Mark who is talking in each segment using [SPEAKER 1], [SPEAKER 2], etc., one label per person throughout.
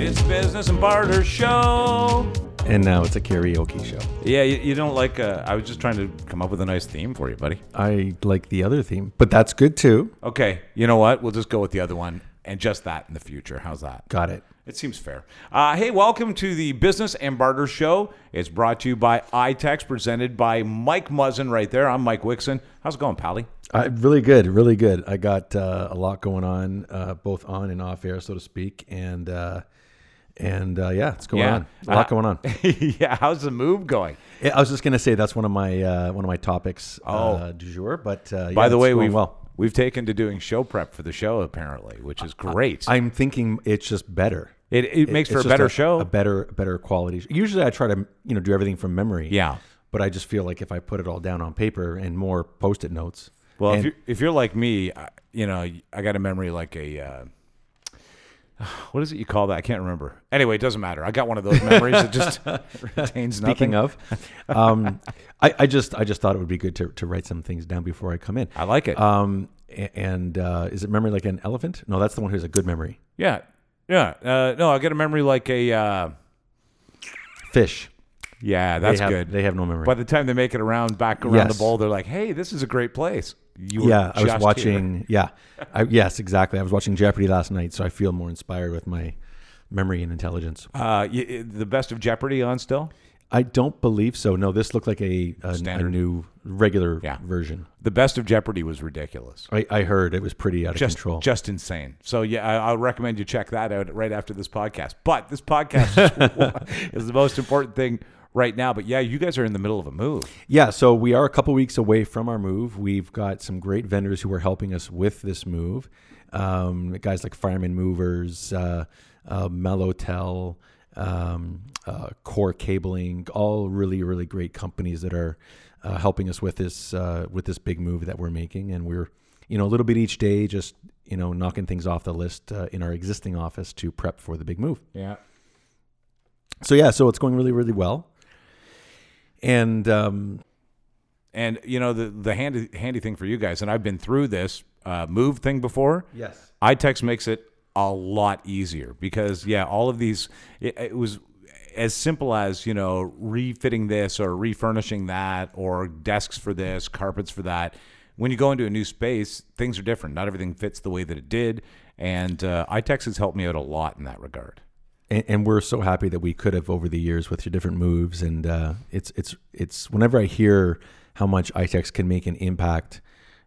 [SPEAKER 1] It's Business and Barter Show.
[SPEAKER 2] And now it's a karaoke show.
[SPEAKER 1] Yeah, you, you don't like. Uh, I was just trying to come up with a nice theme for you, buddy.
[SPEAKER 2] I like the other theme, but that's good too.
[SPEAKER 1] Okay, you know what? We'll just go with the other one and just that in the future. How's that?
[SPEAKER 2] Got it.
[SPEAKER 1] It seems fair. Uh, hey, welcome to the Business and Barter Show. It's brought to you by iTex, presented by Mike Muzzin right there. I'm Mike Wixon. How's it going, Pally?
[SPEAKER 2] I, really good, really good. I got uh, a lot going on, uh, both on and off air, so to speak, and uh, and uh, yeah, it's going
[SPEAKER 1] Yeah.
[SPEAKER 2] on. A lot
[SPEAKER 1] Uh,
[SPEAKER 2] going on.
[SPEAKER 1] yeah, how's the move going?
[SPEAKER 2] Yeah, I was just gonna say that's one of my uh, one of my topics
[SPEAKER 1] Oh.
[SPEAKER 2] uh, du jour. But uh,
[SPEAKER 1] By
[SPEAKER 2] yeah,
[SPEAKER 1] the
[SPEAKER 2] it's
[SPEAKER 1] way,
[SPEAKER 2] going
[SPEAKER 1] we've
[SPEAKER 2] well.
[SPEAKER 1] we've taken to doing show prep for the show apparently, which is great.
[SPEAKER 2] I'm thinking it's just better.
[SPEAKER 1] it, it makes
[SPEAKER 2] It's
[SPEAKER 1] for a
[SPEAKER 2] just
[SPEAKER 1] better show.
[SPEAKER 2] a better better quality. Usually, I try to you know do everything from memory.
[SPEAKER 1] Yeah.
[SPEAKER 2] but I just feel like if I put it all down on paper and more post-it notes.
[SPEAKER 1] Well, if
[SPEAKER 2] and-
[SPEAKER 1] you're, if you're like me, I, you know, I got a memory like a. Uh, what is it you call that? I can't remember. Anyway, it doesn't matter. I got one of those memories that just retains nothing.
[SPEAKER 2] Speaking of, um, I, I just I just thought it would be good to, to write some things down before I come in.
[SPEAKER 1] I like it.
[SPEAKER 2] Um, a- and uh, is it memory like an elephant? No, that's the one who has a good memory.
[SPEAKER 1] yeah, yeah. Uh, no, I got a memory like a. Uh,
[SPEAKER 2] Fish.
[SPEAKER 1] yeah,
[SPEAKER 2] They
[SPEAKER 1] that's
[SPEAKER 2] have-
[SPEAKER 1] good.
[SPEAKER 2] They have no memory.
[SPEAKER 1] By the time they make it around back around
[SPEAKER 2] Yes.
[SPEAKER 1] the bowl, they're like, "Hey, this is a great place." You were
[SPEAKER 2] yeah,
[SPEAKER 1] just
[SPEAKER 2] I was
[SPEAKER 1] here.
[SPEAKER 2] watching. Yeah, I, yes, exactly. I was watching Jeopardy last night, so I feel more inspired with my memory and intelligence.
[SPEAKER 1] Uh, y- the best of Jeopardy on still.
[SPEAKER 2] I don't believe so. No, this looked like a a, a
[SPEAKER 1] Standard.
[SPEAKER 2] new regular
[SPEAKER 1] Yeah.
[SPEAKER 2] version.
[SPEAKER 1] The best of Jeopardy was ridiculous.
[SPEAKER 2] I, I heard it was pretty out of
[SPEAKER 1] just
[SPEAKER 2] control.
[SPEAKER 1] just insane. So yeah, I, I recommend you check that out right after this podcast. But this podcast is, is the most important thing right now. But yeah, you guys are in the middle of a move.
[SPEAKER 2] Yeah, so we are a couple weeks away from our move. We've got some great vendors who are helping us with this move. Um, guys like Fireman Movers, uh, uh, Melotel, um, uh, Core Cabling, all really, really great companies that are uh, helping us with this uh, with this big move that we're making. And we're you know a little bit each day, just you know knocking things off the list uh, in our existing office to prep for the big move.
[SPEAKER 1] Yeah.
[SPEAKER 2] So yeah, so it's going really, really well. And um,
[SPEAKER 1] And you know the the handy handy thing for you guys, and I've been through this uh, move thing before.
[SPEAKER 2] yes.
[SPEAKER 1] iText makes it a lot easier because yeah, all of these it, it was as simple as you know refitting this or refurnishing that or desks for this, carpets for that. When you go into a new space, things are different. Not everything fits the way that it did, and uh, iText has helped me out a lot in that regard.
[SPEAKER 2] and, and we're so happy that we could have over the years with your different moves and uh, it's it's it's whenever I hear how much iTex can make an impact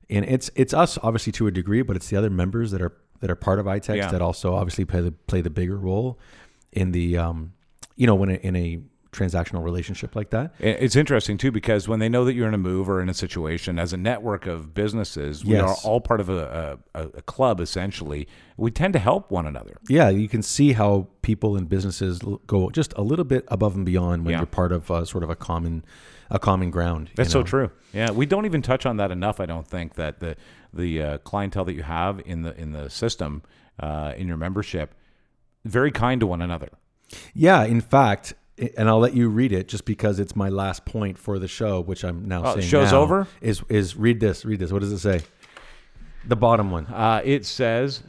[SPEAKER 2] and it's it's us obviously to a degree but it's the other members that are that are part of iTex
[SPEAKER 1] Yeah.
[SPEAKER 2] that also obviously play the play the bigger role in the um, you know when a, in a transactional relationship like that
[SPEAKER 1] It- It's interesting too because when they know that you're in a move or in a situation, as a network of businesses, we are
[SPEAKER 2] Yes.
[SPEAKER 1] all part of a, a, a club essentially. We tend to help one another.
[SPEAKER 2] yeah, you can see how people and businesses l- go just a little bit above and beyond when
[SPEAKER 1] Yeah.
[SPEAKER 2] you're part of uh, sort of a common a common ground. you
[SPEAKER 1] That's so
[SPEAKER 2] know?
[SPEAKER 1] true. Yeah, we don't even touch on that enough. I don't think that the the uh, clientele that you have in the in the system uh, in your membership very kind to one another.
[SPEAKER 2] Yeah, in fact, i- and I'll let you read it just because it's my last point for the show, which I'm now
[SPEAKER 1] Oh,
[SPEAKER 2] saying.
[SPEAKER 1] show's
[SPEAKER 2] now,
[SPEAKER 1] over?
[SPEAKER 2] Is is read this? Read this. What does it say? The bottom one.
[SPEAKER 1] Uh, it says,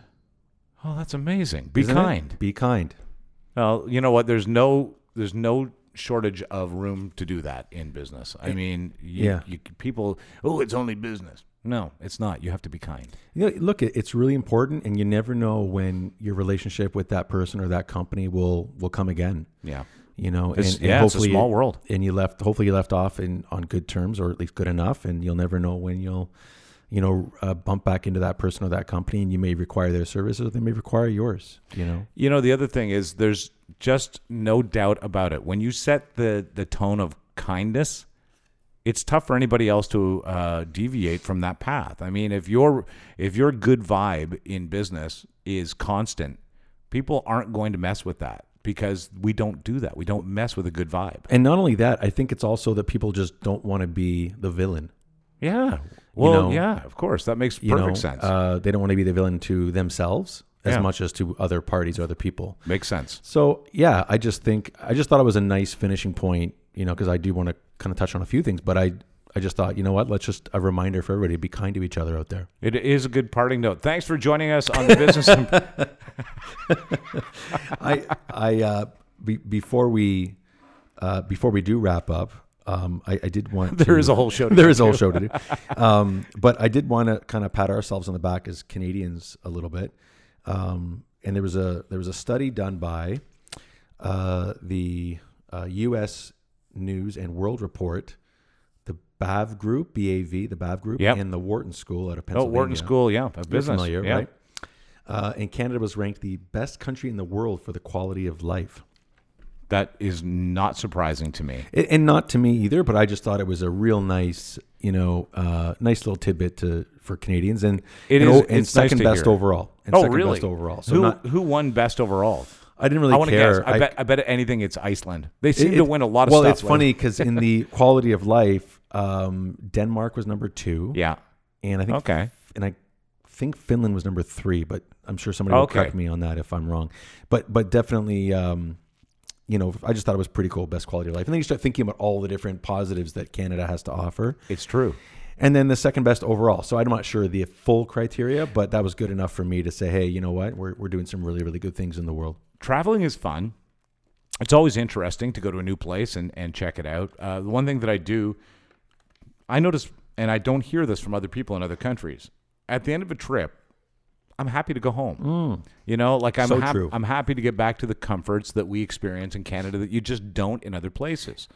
[SPEAKER 1] "Oh, that's amazing. Be
[SPEAKER 2] Isn't it?
[SPEAKER 1] kind."
[SPEAKER 2] Be kind.
[SPEAKER 1] Well, you know what? There's no there's no shortage of room to do that in business. I mean, you,
[SPEAKER 2] Yeah.
[SPEAKER 1] you people. Oh, it's only business. No, it's not. You have to be kind.
[SPEAKER 2] You know, look, it- it's really important, and you never know when your relationship with that person or that company will will come again.
[SPEAKER 1] Yeah.
[SPEAKER 2] You know, and,
[SPEAKER 1] It's-
[SPEAKER 2] and
[SPEAKER 1] yeah, it's a
[SPEAKER 2] hopefully
[SPEAKER 1] small world.
[SPEAKER 2] And you left. Hopefully, you left off in on good terms, or at least good enough. And you'll never know when you'll, you know, uh, bump back into that person or that company, and you may require their services, or they may require yours. You know.
[SPEAKER 1] You know, the other thing is there's just no doubt about it. When you set the the tone of kindness, it's tough for anybody else to uh, deviate from that path. I mean, if your if your good vibe in business is constant, people aren't going to mess with that because we don't do that. We don't mess with a good vibe.
[SPEAKER 2] And not only that, I think it's also that people just don't want to be the villain.
[SPEAKER 1] Yeah. Well,
[SPEAKER 2] know,
[SPEAKER 1] yeah, of course. That makes
[SPEAKER 2] You
[SPEAKER 1] perfect
[SPEAKER 2] know?
[SPEAKER 1] sense.
[SPEAKER 2] Uh, they don't want to be the villain to themselves as
[SPEAKER 1] Yeah.
[SPEAKER 2] much as to other parties or other people.
[SPEAKER 1] makes sense.
[SPEAKER 2] So yeah, I just think I just thought it was a nice finishing point, you know, because I do want to kind of touch on a few things, but I I just thought, you know what? Let's just a reminder for everybody: be kind to each other out there.
[SPEAKER 1] It is a good parting note. Thanks for joining us on the business. Imp-
[SPEAKER 2] I, I, uh, be, before we, uh, before we do wrap up, um, I, I did want
[SPEAKER 1] there
[SPEAKER 2] to-
[SPEAKER 1] is a whole show. to
[SPEAKER 2] there is a whole show to do. Um, but I did want to kind of pat ourselves on the back as Canadians a little bit. Um, and there was a there was a study done by uh, the uh, U.S. News and World Report, the BAV Group, BAV, the BAV Group,
[SPEAKER 1] Yep.
[SPEAKER 2] and the Wharton School out of
[SPEAKER 1] Oh,
[SPEAKER 2] Pennsylvania.
[SPEAKER 1] Wharton School, yeah, of
[SPEAKER 2] You're
[SPEAKER 1] business,
[SPEAKER 2] familiar,
[SPEAKER 1] yeah.
[SPEAKER 2] right? Uh, and Canada was ranked the best country in the world for the quality of life.
[SPEAKER 1] That is not surprising to me.
[SPEAKER 2] A- and not to me either but i just thought it was a real nice you know uh, nice little tidbit to for canadians and
[SPEAKER 1] It
[SPEAKER 2] and,
[SPEAKER 1] is-
[SPEAKER 2] o- and
[SPEAKER 1] it's nice
[SPEAKER 2] second
[SPEAKER 1] to
[SPEAKER 2] best
[SPEAKER 1] hear.
[SPEAKER 2] overall and
[SPEAKER 1] oh,
[SPEAKER 2] second
[SPEAKER 1] really?
[SPEAKER 2] best overall so
[SPEAKER 1] who
[SPEAKER 2] not,
[SPEAKER 1] who won best overall?
[SPEAKER 2] i didn't
[SPEAKER 1] I
[SPEAKER 2] really
[SPEAKER 1] want to guess.
[SPEAKER 2] care
[SPEAKER 1] I, bet. I bet anything, it's Iceland. They seem
[SPEAKER 2] it-
[SPEAKER 1] to win a lot of
[SPEAKER 2] well
[SPEAKER 1] stuff.
[SPEAKER 2] it's funny because in the quality of life um, denmark was number two
[SPEAKER 1] Yeah.
[SPEAKER 2] and i think
[SPEAKER 1] Okay.
[SPEAKER 2] and i think finland was number three but i'm sure somebody will
[SPEAKER 1] Okay.
[SPEAKER 2] correct me on that if i'm wrong but but definitely um, you know, I just thought it was pretty cool, best quality of life. And then you start thinking about all the different positives that Canada has to offer.
[SPEAKER 1] It's true.
[SPEAKER 2] and then the second best overall. So I'm not sure the full criteria, but that was good enough for me to say, hey, you know what? We're, we're doing some really, really good things in the world.
[SPEAKER 1] traveling is fun. It's always interesting to go to a new place and, and check it out. Uh, the one thing that I do, I notice, and I don't hear this from other people in other countries. At the end of a trip, I'm happy to go home. You know, like I'm
[SPEAKER 2] Mm. So
[SPEAKER 1] hap-
[SPEAKER 2] true.
[SPEAKER 1] I'm happy to get back to the comforts that we experience in Canada that you just don't in other places.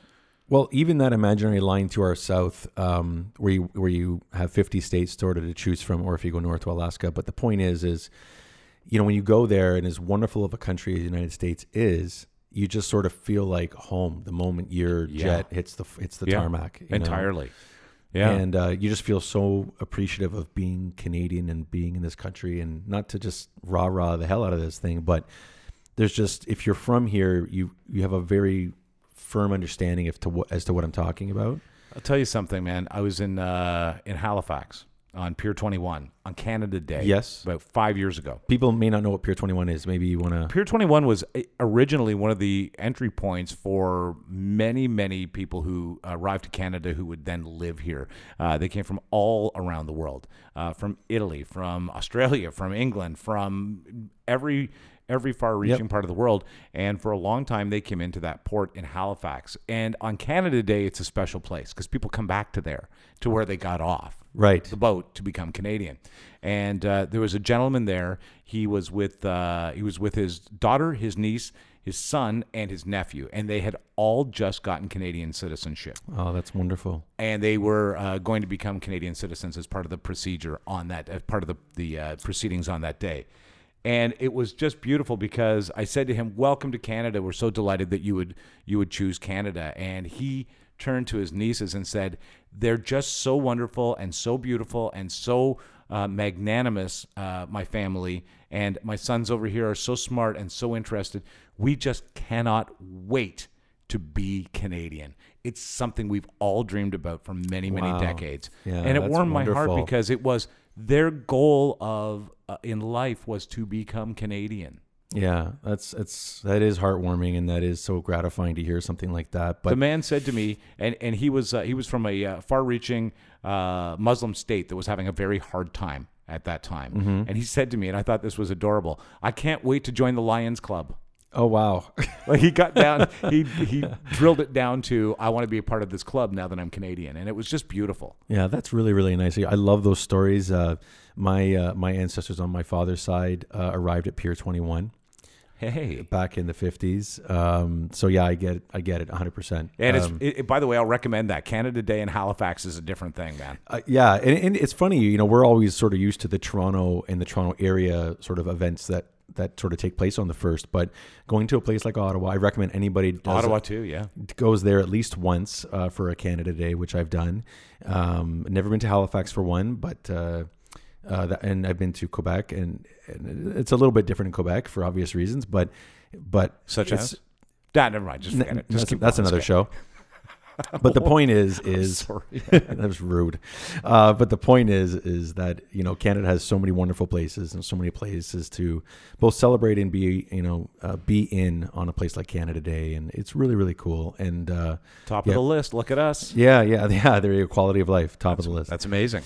[SPEAKER 2] Well, even that imaginary line to our south, um, where you where you have 50 states sort of to choose from, or if you go north to Alaska. But the point is, is you know when you go there, and as wonderful of a country as the United States is, you just sort of feel like home the moment your
[SPEAKER 1] Yeah.
[SPEAKER 2] jet hits the hits the
[SPEAKER 1] Yeah.
[SPEAKER 2] tarmac. you know?
[SPEAKER 1] entirely. Yeah.
[SPEAKER 2] And uh, you just feel so appreciative of being Canadian and being in this country and not to just rah rah the hell out of this thing, but there's just if you're from here, you you have a very firm understanding of to what as to what I'm talking about.
[SPEAKER 1] I'll tell you something, man. I was in uh, in Halifax on Pier 21 on Canada Day.
[SPEAKER 2] Yes.
[SPEAKER 1] About five years ago.
[SPEAKER 2] People may not know what Pier 21 is. Maybe you want to
[SPEAKER 1] Pier 21 was i- originally one of the entry points for many, many people who arrived to Canada who would then live here. Uh, they came from all around the world, uh, from Italy, from Australia, from England, from every every far-reaching part of the world. And for a long time, they came into that port in Halifax. And on Canada Day, it's a special place because people come back to there, to where they got off
[SPEAKER 2] right.
[SPEAKER 1] the boat to become Canadian. And uh, there was a gentleman there. He was with uh, he was with his daughter, his niece, his son, and his nephew, and they had all just gotten Canadian citizenship,
[SPEAKER 2] Oh, that's wonderful.
[SPEAKER 1] and they were uh, going to become Canadian citizens as part of the procedure on that as part of the the uh, proceedings on that day. And it was just beautiful because I said to him, "Welcome to Canada. We're so delighted that you would you would choose Canada." And he turned to his nieces and said, "They're just so wonderful and so beautiful and so uh, magnanimous, uh, my family and my sons over here are so smart and so interested. We just cannot wait to be Canadian. It's something we've all dreamed about for many, many
[SPEAKER 2] Wow.
[SPEAKER 1] decades,
[SPEAKER 2] Yeah,
[SPEAKER 1] and it
[SPEAKER 2] that's
[SPEAKER 1] warmed my heart
[SPEAKER 2] wonderful.
[SPEAKER 1] because it was their goal of uh, in life was to become Canadian."
[SPEAKER 2] Yeah, that's that's that is heartwarming and that is so gratifying to hear something like that. But
[SPEAKER 1] the man said to me, and, and he was uh, he was from a uh, far-reaching uh, Muslim state that was having a very hard time at that time,
[SPEAKER 2] Mm-hmm.
[SPEAKER 1] and he said to me, and I thought this was adorable. I can't wait to join the Lions Club.
[SPEAKER 2] oh wow.
[SPEAKER 1] Like he got down, he he drilled it down to, I want to be a part of this club now that I'm Canadian, and it was just beautiful.
[SPEAKER 2] Yeah, that's really really nice. I love those stories. Uh, my uh, my ancestors on my father's side uh, arrived at Pier 21
[SPEAKER 1] Hey.
[SPEAKER 2] back in the 50s. Um, so yeah, I get I get it 100%.
[SPEAKER 1] And it's,
[SPEAKER 2] Um,
[SPEAKER 1] it, it- by the way, I'll recommend that. Canada Day in Halifax is a different thing, man.
[SPEAKER 2] uh, yeah, and, and it's funny, you know, we're always sort of used to the Toronto and the Toronto area sort of events that that sort of take place on the first, but going to a place like Ottawa, I recommend anybody does
[SPEAKER 1] Ottawa, too, yeah.
[SPEAKER 2] goes there at least once uh, for a Canada Day, which I've done. Um, never been to Halifax for one, but uh, uh, that, and I've been to Quebec, and, and it's a little bit different in Quebec for obvious reasons. But but
[SPEAKER 1] Such
[SPEAKER 2] it's-
[SPEAKER 1] as? Nah, never mind. Just forget it. Just
[SPEAKER 2] that's,
[SPEAKER 1] keep
[SPEAKER 2] that's
[SPEAKER 1] going.
[SPEAKER 2] another
[SPEAKER 1] Let's
[SPEAKER 2] show. But the point is, is that was rude. Uh, but the point is, is that you know Canada has so many wonderful places and so many places to both celebrate and be you know uh, be in on a place like Canada Day, and it's really really cool. And uh,
[SPEAKER 1] Top
[SPEAKER 2] Yeah.
[SPEAKER 1] of the list. Look at us.
[SPEAKER 2] yeah, yeah, yeah, their quality of life, top of the list.
[SPEAKER 1] That's amazing.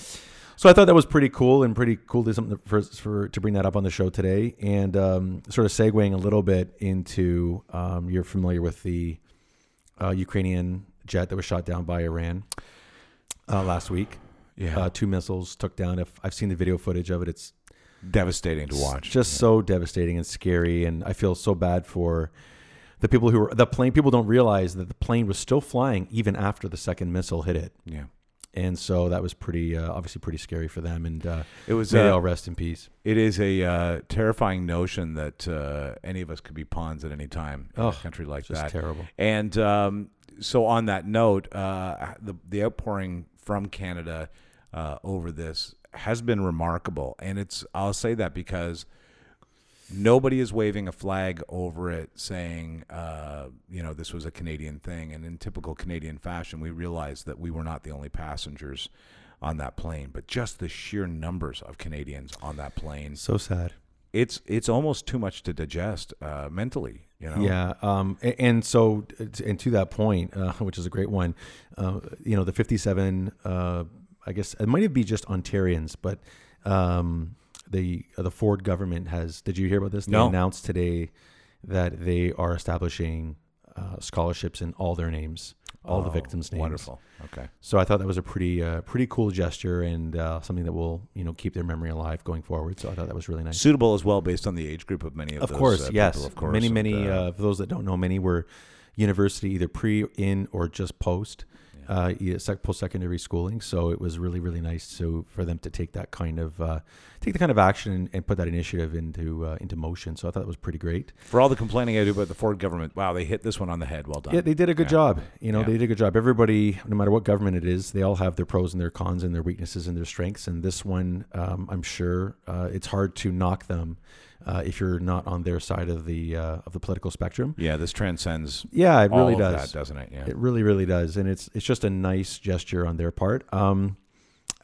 [SPEAKER 2] So I thought that was pretty cool and pretty cool to something for, for to bring that up on the show today, and um, sort of segueing a little bit into um, you're familiar with the uh, Ukrainian jet that was shot down by Iran uh, last week.
[SPEAKER 1] Yeah.
[SPEAKER 2] Uh, two missiles took down. If I've seen the video footage of it, it's
[SPEAKER 1] Devastating to watch.
[SPEAKER 2] just so devastating and scary, and I feel so bad for the people who were the plane. People don't realize that the plane was still flying even after the second missile hit it,
[SPEAKER 1] yeah.
[SPEAKER 2] and so that was pretty uh, obviously pretty scary for them. And uh,
[SPEAKER 1] It was.
[SPEAKER 2] may they
[SPEAKER 1] Uh,
[SPEAKER 2] all rest in peace.
[SPEAKER 1] it is a uh, terrifying notion that uh, any of us could be pawns at any time in a
[SPEAKER 2] Ugh,
[SPEAKER 1] country like
[SPEAKER 2] Just
[SPEAKER 1] that.
[SPEAKER 2] terrible.
[SPEAKER 1] And um, so, on that note, uh, the, the outpouring from Canada uh, over this has been remarkable, and it's I'll say that because nobody is waving a flag over it, saying uh, you know this was a Canadian thing. And in typical Canadian fashion, we realized that we were not the only passengers on that plane, but just the sheer numbers of Canadians on that plane,
[SPEAKER 2] So sad.
[SPEAKER 1] it's it's almost too much to digest uh, mentally. You know,
[SPEAKER 2] Yeah. Um. a- And so, uh, and to that point, uh, which is a great one, uh, you know, the fifty-seven. Uh, I guess it might be just Ontarians, but um, the the Ford government has. Did you hear about this? They
[SPEAKER 1] No.
[SPEAKER 2] announced today that they are establishing uh, scholarships in all their names, all the
[SPEAKER 1] Oh,
[SPEAKER 2] victims' names.
[SPEAKER 1] Wonderful. Okay.
[SPEAKER 2] So I thought that was a pretty uh, pretty cool gesture and uh, something that will you know keep their memory alive going forward. So I thought that was really nice.
[SPEAKER 1] suitable as well based on the age group of many of,
[SPEAKER 2] of
[SPEAKER 1] those
[SPEAKER 2] course,
[SPEAKER 1] uh,
[SPEAKER 2] yes.
[SPEAKER 1] people, of course.
[SPEAKER 2] many,
[SPEAKER 1] And,
[SPEAKER 2] many.
[SPEAKER 1] uh,
[SPEAKER 2] Uh, for those that don't know, many were university either pre, in, or just post, uh, yeah, sec- post-secondary schooling. So it was really, really nice. to for them to take that kind of uh, take the kind of action and, and put that initiative into uh, into motion. So I thought that was pretty great.
[SPEAKER 1] for all the complaining I do about the Ford government, wow, they hit this one on the head. Well done.
[SPEAKER 2] Yeah, they did a good
[SPEAKER 1] Yeah.
[SPEAKER 2] job. You know,
[SPEAKER 1] Yeah.
[SPEAKER 2] they did a good job. Everybody, no matter what government it is, they all have their pros and their cons and their weaknesses and their strengths. And this one, um, I'm sure, uh, it's hard to knock them uh, if you're not on their side of the uh, of the political spectrum.
[SPEAKER 1] yeah, this transcends
[SPEAKER 2] Yeah, it really
[SPEAKER 1] all
[SPEAKER 2] does.
[SPEAKER 1] of that, doesn't it? Yeah.
[SPEAKER 2] It really, really does, and it's it's just a nice gesture on their part. Um,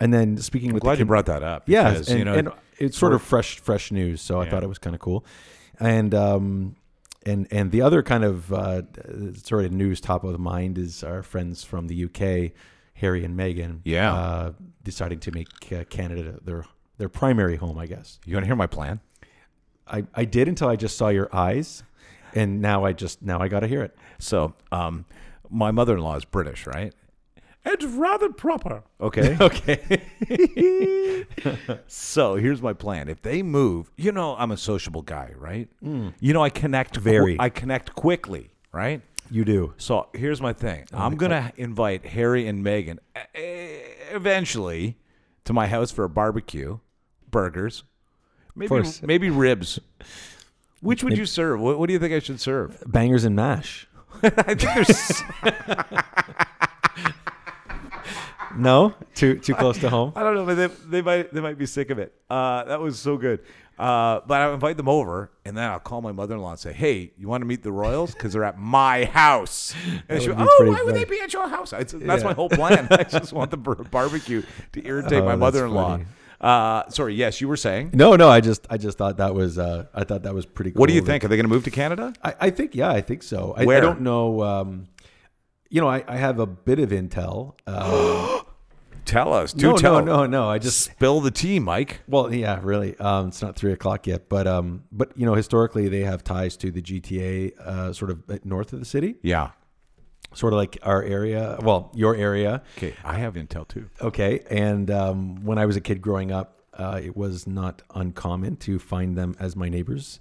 [SPEAKER 2] and then speaking
[SPEAKER 1] I'm
[SPEAKER 2] with
[SPEAKER 1] glad
[SPEAKER 2] the
[SPEAKER 1] you brought that up.
[SPEAKER 2] yeah,
[SPEAKER 1] because,
[SPEAKER 2] and,
[SPEAKER 1] you know,
[SPEAKER 2] and it's sort of fresh, fresh news. So I
[SPEAKER 1] Yeah.
[SPEAKER 2] thought it was kind of cool, and um, and and the other kind of uh, sort of news top of the mind is our friends from the UK, Harry and Meghan,
[SPEAKER 1] Yeah.
[SPEAKER 2] uh, deciding to make uh, Canada their their primary home, I guess.
[SPEAKER 1] you want to hear my plan?
[SPEAKER 2] I, I did until I just saw your eyes, and now I just now I got to hear it.
[SPEAKER 1] So, um, my mother-in-law is British, right? It's rather proper. Okay.
[SPEAKER 2] Okay.
[SPEAKER 1] so here's my plan. If they move, you know, I'm a sociable guy, right?
[SPEAKER 2] Hmm.
[SPEAKER 1] You know, I connect qu-
[SPEAKER 2] Very.
[SPEAKER 1] I connect quickly, right?
[SPEAKER 2] you do.
[SPEAKER 1] So here's Oh, my thing. I'm gonna invite Harry and Megan eh, eventually to my house for a barbecue, burgers, maybe
[SPEAKER 2] course.
[SPEAKER 1] maybe ribs. Which would you serve? What, what do you think I should serve?
[SPEAKER 2] bangers and mash.
[SPEAKER 1] I think there's.
[SPEAKER 2] No, too too close to home.
[SPEAKER 1] I don't know, but they, they might they might be sick of it. Uh, that was so good. Uh, but I'll invite them over, and then I'll call my mother-in-law and say, "Hey, you want to meet the Royals? Because they're at my house." And she'll,
[SPEAKER 2] would be
[SPEAKER 1] "Oh,
[SPEAKER 2] pretty
[SPEAKER 1] why would they
[SPEAKER 2] funny.
[SPEAKER 1] be at your house?" I, that's my
[SPEAKER 2] Yeah.
[SPEAKER 1] whole plan. I just want the bar- barbecue to irritate
[SPEAKER 2] Oh,
[SPEAKER 1] my
[SPEAKER 2] that's
[SPEAKER 1] mother-in-law.
[SPEAKER 2] funny.
[SPEAKER 1] Uh, sorry, yes, you were saying.
[SPEAKER 2] No, no, I just I just thought that was uh, I thought that was pretty. cool.
[SPEAKER 1] What do you
[SPEAKER 2] that-
[SPEAKER 1] think? Are they going to move to Canada?
[SPEAKER 2] I, I think yeah, I think so. I,
[SPEAKER 1] Where?
[SPEAKER 2] I don't know. Um, you know, I, I have a bit of intel. Uh,
[SPEAKER 1] Tell us. Do
[SPEAKER 2] no,
[SPEAKER 1] tell.
[SPEAKER 2] no, no, no. I just
[SPEAKER 1] Spill the tea, Mike.
[SPEAKER 2] well, yeah, really. Um, it's not three o'clock yet, but um, but you know, historically they have ties to the GTA, uh, sort of north of the city,
[SPEAKER 1] Yeah.
[SPEAKER 2] sort of like our area. Well, your area.
[SPEAKER 1] Okay, I have intel too.
[SPEAKER 2] Okay. And um, when I was a kid growing up, uh, it was not uncommon to find them as my neighbors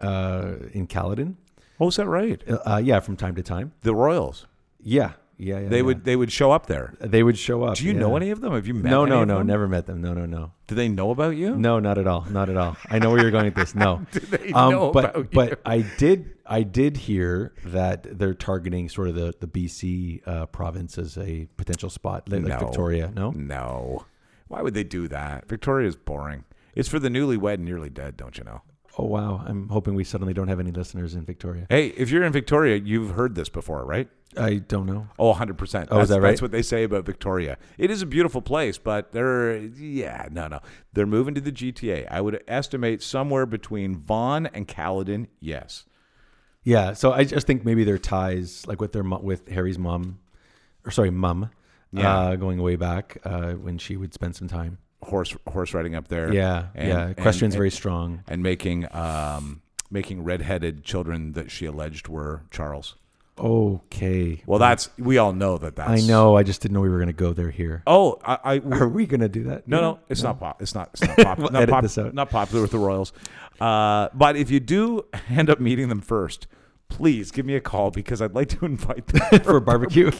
[SPEAKER 2] uh, in Caledon.
[SPEAKER 1] Oh, is that right?
[SPEAKER 2] Uh, Uh, yeah, from time to time.
[SPEAKER 1] The Royals.
[SPEAKER 2] Yeah, yeah, yeah.
[SPEAKER 1] They
[SPEAKER 2] yeah.
[SPEAKER 1] would they would show up there.
[SPEAKER 2] they would show up.
[SPEAKER 1] Do you
[SPEAKER 2] yeah.
[SPEAKER 1] know any of them? Have you met?
[SPEAKER 2] No,
[SPEAKER 1] any
[SPEAKER 2] no,
[SPEAKER 1] of
[SPEAKER 2] no.
[SPEAKER 1] them?
[SPEAKER 2] Never met them. No, no, no.
[SPEAKER 1] Do they know about you?
[SPEAKER 2] No, not at all. Not at all. I know where you're going with this. No. Um,
[SPEAKER 1] they know
[SPEAKER 2] but
[SPEAKER 1] about
[SPEAKER 2] but I did I did hear that they're targeting sort of the the BC uh, province as a potential spot, like, like
[SPEAKER 1] No.
[SPEAKER 2] Victoria. No.
[SPEAKER 1] No. Why would they do that? Victoria's boring. It's for the newlywed and nearly dead, don't you know?
[SPEAKER 2] Oh wow. I'm hoping we suddenly don't have any listeners in Victoria.
[SPEAKER 1] Hey, if you're in Victoria, you've heard this before, right?
[SPEAKER 2] I don't know.
[SPEAKER 1] Oh, 100%.
[SPEAKER 2] Oh, is
[SPEAKER 1] That's-
[SPEAKER 2] that right?
[SPEAKER 1] That's what they say about Victoria. It is a beautiful place, but they're, yeah, no, no. They're moving to the GTA. I would estimate somewhere between Vaughan and Caledon, yes.
[SPEAKER 2] Yeah, so I just think maybe their ties, like with their mo- with Harry's mom, or sorry, mum, uh,
[SPEAKER 1] Yeah.
[SPEAKER 2] going way back uh, when she would spend some time.
[SPEAKER 1] Horse horse riding up there.
[SPEAKER 2] Yeah,
[SPEAKER 1] And-
[SPEAKER 2] yeah.
[SPEAKER 1] and-
[SPEAKER 2] Question's
[SPEAKER 1] and-
[SPEAKER 2] very strong.
[SPEAKER 1] And making, um, making redheaded children that she alleged were Charles.
[SPEAKER 2] Okay,
[SPEAKER 1] Well, that's, we all know that
[SPEAKER 2] I
[SPEAKER 1] that's.
[SPEAKER 2] know. I just didn't know we were gonna go there. Here,
[SPEAKER 1] Oh, I, I we-
[SPEAKER 2] are we gonna do that?
[SPEAKER 1] No, no, it's not pop. It's not. It's not pop.
[SPEAKER 2] We'll
[SPEAKER 1] not,
[SPEAKER 2] edit
[SPEAKER 1] pop
[SPEAKER 2] this out.
[SPEAKER 1] not popular with the Royals. Uh, but if you do end up meeting them first, please give me a call because I'd like to invite them.
[SPEAKER 2] for a barbecue.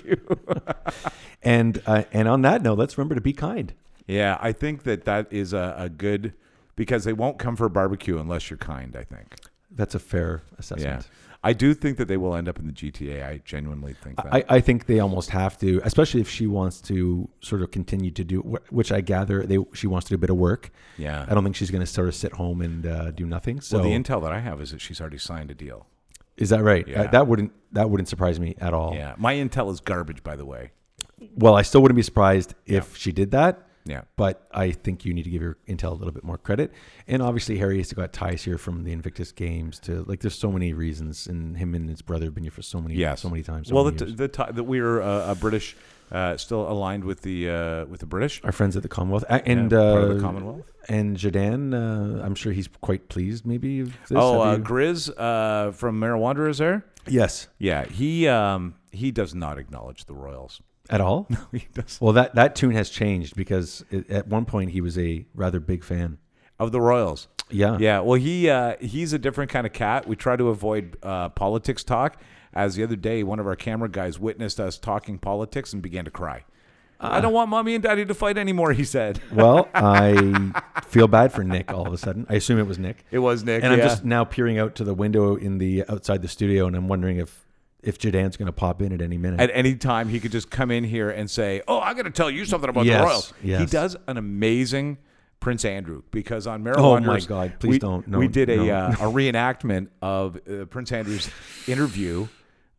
[SPEAKER 2] and uh, and on that note, let's remember to be kind.
[SPEAKER 1] yeah, I think that that is a, a good because they won't come for a barbecue unless you're kind. I think.
[SPEAKER 2] That's a fair
[SPEAKER 1] Yeah,
[SPEAKER 2] assessment.
[SPEAKER 1] I do think that they will end up in the GTA. I genuinely think that.
[SPEAKER 2] I, I think they almost have to, especially if she wants to sort of continue to do, wh- which I gather they she wants to do a bit of work.
[SPEAKER 1] yeah.
[SPEAKER 2] I don't think she's going to sort of sit home and uh, do nothing. So
[SPEAKER 1] well, the intel that I have is that she's already signed a deal.
[SPEAKER 2] is that right?
[SPEAKER 1] Yeah.
[SPEAKER 2] Uh, that wouldn't that wouldn't surprise me at all.
[SPEAKER 1] Yeah, my intel is garbage, by the way.
[SPEAKER 2] Well, I still wouldn't be surprised if she did that.
[SPEAKER 1] Yeah.
[SPEAKER 2] But I think you need to give your intel a little bit more credit. And obviously, Harry has got ties here from the Invictus Games to like. There's so many reasons, and him and his brother have been here for so many,
[SPEAKER 1] Yes.
[SPEAKER 2] so many times. so
[SPEAKER 1] well,
[SPEAKER 2] many
[SPEAKER 1] the,
[SPEAKER 2] years.
[SPEAKER 1] the ti- that we are uh, a British, uh, still aligned with the uh, with the British
[SPEAKER 2] our friends at the Commonwealth A- and
[SPEAKER 1] Yeah,
[SPEAKER 2] uh,
[SPEAKER 1] part of the Commonwealth.
[SPEAKER 2] and Jadan. Uh, I'm sure he's quite pleased. Maybe. Of this.
[SPEAKER 1] Oh,
[SPEAKER 2] Have
[SPEAKER 1] uh,
[SPEAKER 2] you-
[SPEAKER 1] Grizz uh, from Marijuana is there?
[SPEAKER 2] yes,
[SPEAKER 1] Yeah, he um, he does not acknowledge the Royals.
[SPEAKER 2] at all.
[SPEAKER 1] he does
[SPEAKER 2] well, that that tune has changed because it, at one point he was a rather big fan.
[SPEAKER 1] of the Royals.
[SPEAKER 2] Yeah.
[SPEAKER 1] Yeah, well, he uh, he's a different kind of cat. We try to avoid uh, politics talk. As the other day, one of our camera guys witnessed us talking politics and began to cry. I don't want mommy and daddy to fight anymore. He said
[SPEAKER 2] Well, I feel bad for Nick all of a sudden. I assume it was Nick.
[SPEAKER 1] it was Nick,
[SPEAKER 2] and I'm
[SPEAKER 1] yeah.
[SPEAKER 2] just now peering out to the window in the outside the studio, and I'm wondering if if Jadan's going to pop in at any minute.
[SPEAKER 1] at any time he could just come in here and say, "Oh, I got to tell you something about
[SPEAKER 2] Yes,
[SPEAKER 1] the Royals." He
[SPEAKER 2] yes.
[SPEAKER 1] does an amazing Prince Andrew because on Maryland,
[SPEAKER 2] Oh, my God, please
[SPEAKER 1] we,
[SPEAKER 2] don't. No,
[SPEAKER 1] we did a
[SPEAKER 2] no.
[SPEAKER 1] uh, a reenactment of uh, Prince Andrew's interview,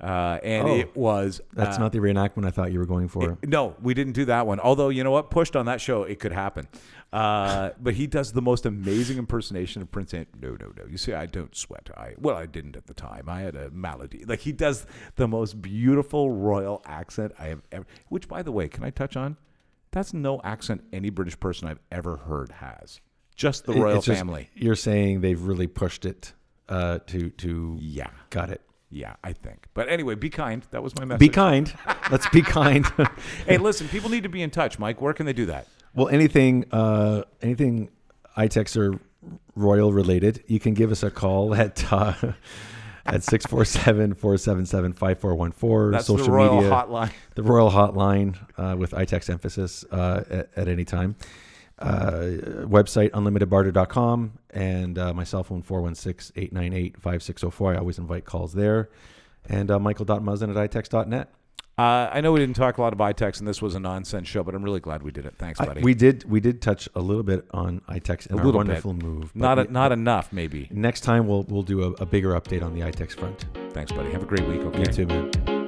[SPEAKER 1] uh, and
[SPEAKER 2] Oh,
[SPEAKER 1] it was
[SPEAKER 2] That's
[SPEAKER 1] uh,
[SPEAKER 2] not the reenactment I thought you were going for.
[SPEAKER 1] no, we didn't do that one. Although you know what, pushed on that show, it could happen. Uh, but he does the most amazing impersonation of Prince Andrew. No, no, no. You see, I don't sweat. I well, I didn't at the time. I had a malady. Like he does the most beautiful royal accent I have ever. Which, by the way, can I touch on? That's no accent any British person I've ever heard has. Just the
[SPEAKER 2] It-
[SPEAKER 1] royal
[SPEAKER 2] it's just-
[SPEAKER 1] family.
[SPEAKER 2] You're saying they've really pushed it uh, to to.
[SPEAKER 1] Yeah,
[SPEAKER 2] Got it.
[SPEAKER 1] yeah, I think. But anyway, be kind. That was my message.
[SPEAKER 2] Be kind. Let's be kind.
[SPEAKER 1] Hey, listen, people need to be in touch. Mike, where can they do that?
[SPEAKER 2] well, anything uh, anything iTechs or royal related, you can give us a call at. Uh, at 647-477-5414
[SPEAKER 1] That's
[SPEAKER 2] social
[SPEAKER 1] the royal
[SPEAKER 2] media
[SPEAKER 1] hotline.
[SPEAKER 2] the Royal Hotline uh, with iTech's emphasis uh, at, at any time. Uh, website unlimitedbarter.com and uh, my cell phone 416 898 5604. I always invite calls there. And uh, michael.muzzin at itex.net.
[SPEAKER 1] Uh, I know we didn't talk a lot of iTex, and this was a nonsense show, but I'm really glad we did it. Thanks,
[SPEAKER 2] I,
[SPEAKER 1] buddy.
[SPEAKER 2] we did we did touch a little bit on iTech's and
[SPEAKER 1] A
[SPEAKER 2] our
[SPEAKER 1] little
[SPEAKER 2] wonderful move. but
[SPEAKER 1] not
[SPEAKER 2] we-
[SPEAKER 1] a, not enough, maybe.
[SPEAKER 2] next time we'll we'll do a, a bigger update on the iTech's front.
[SPEAKER 1] Thanks, buddy. Have a great week. Okay.
[SPEAKER 2] You too, man.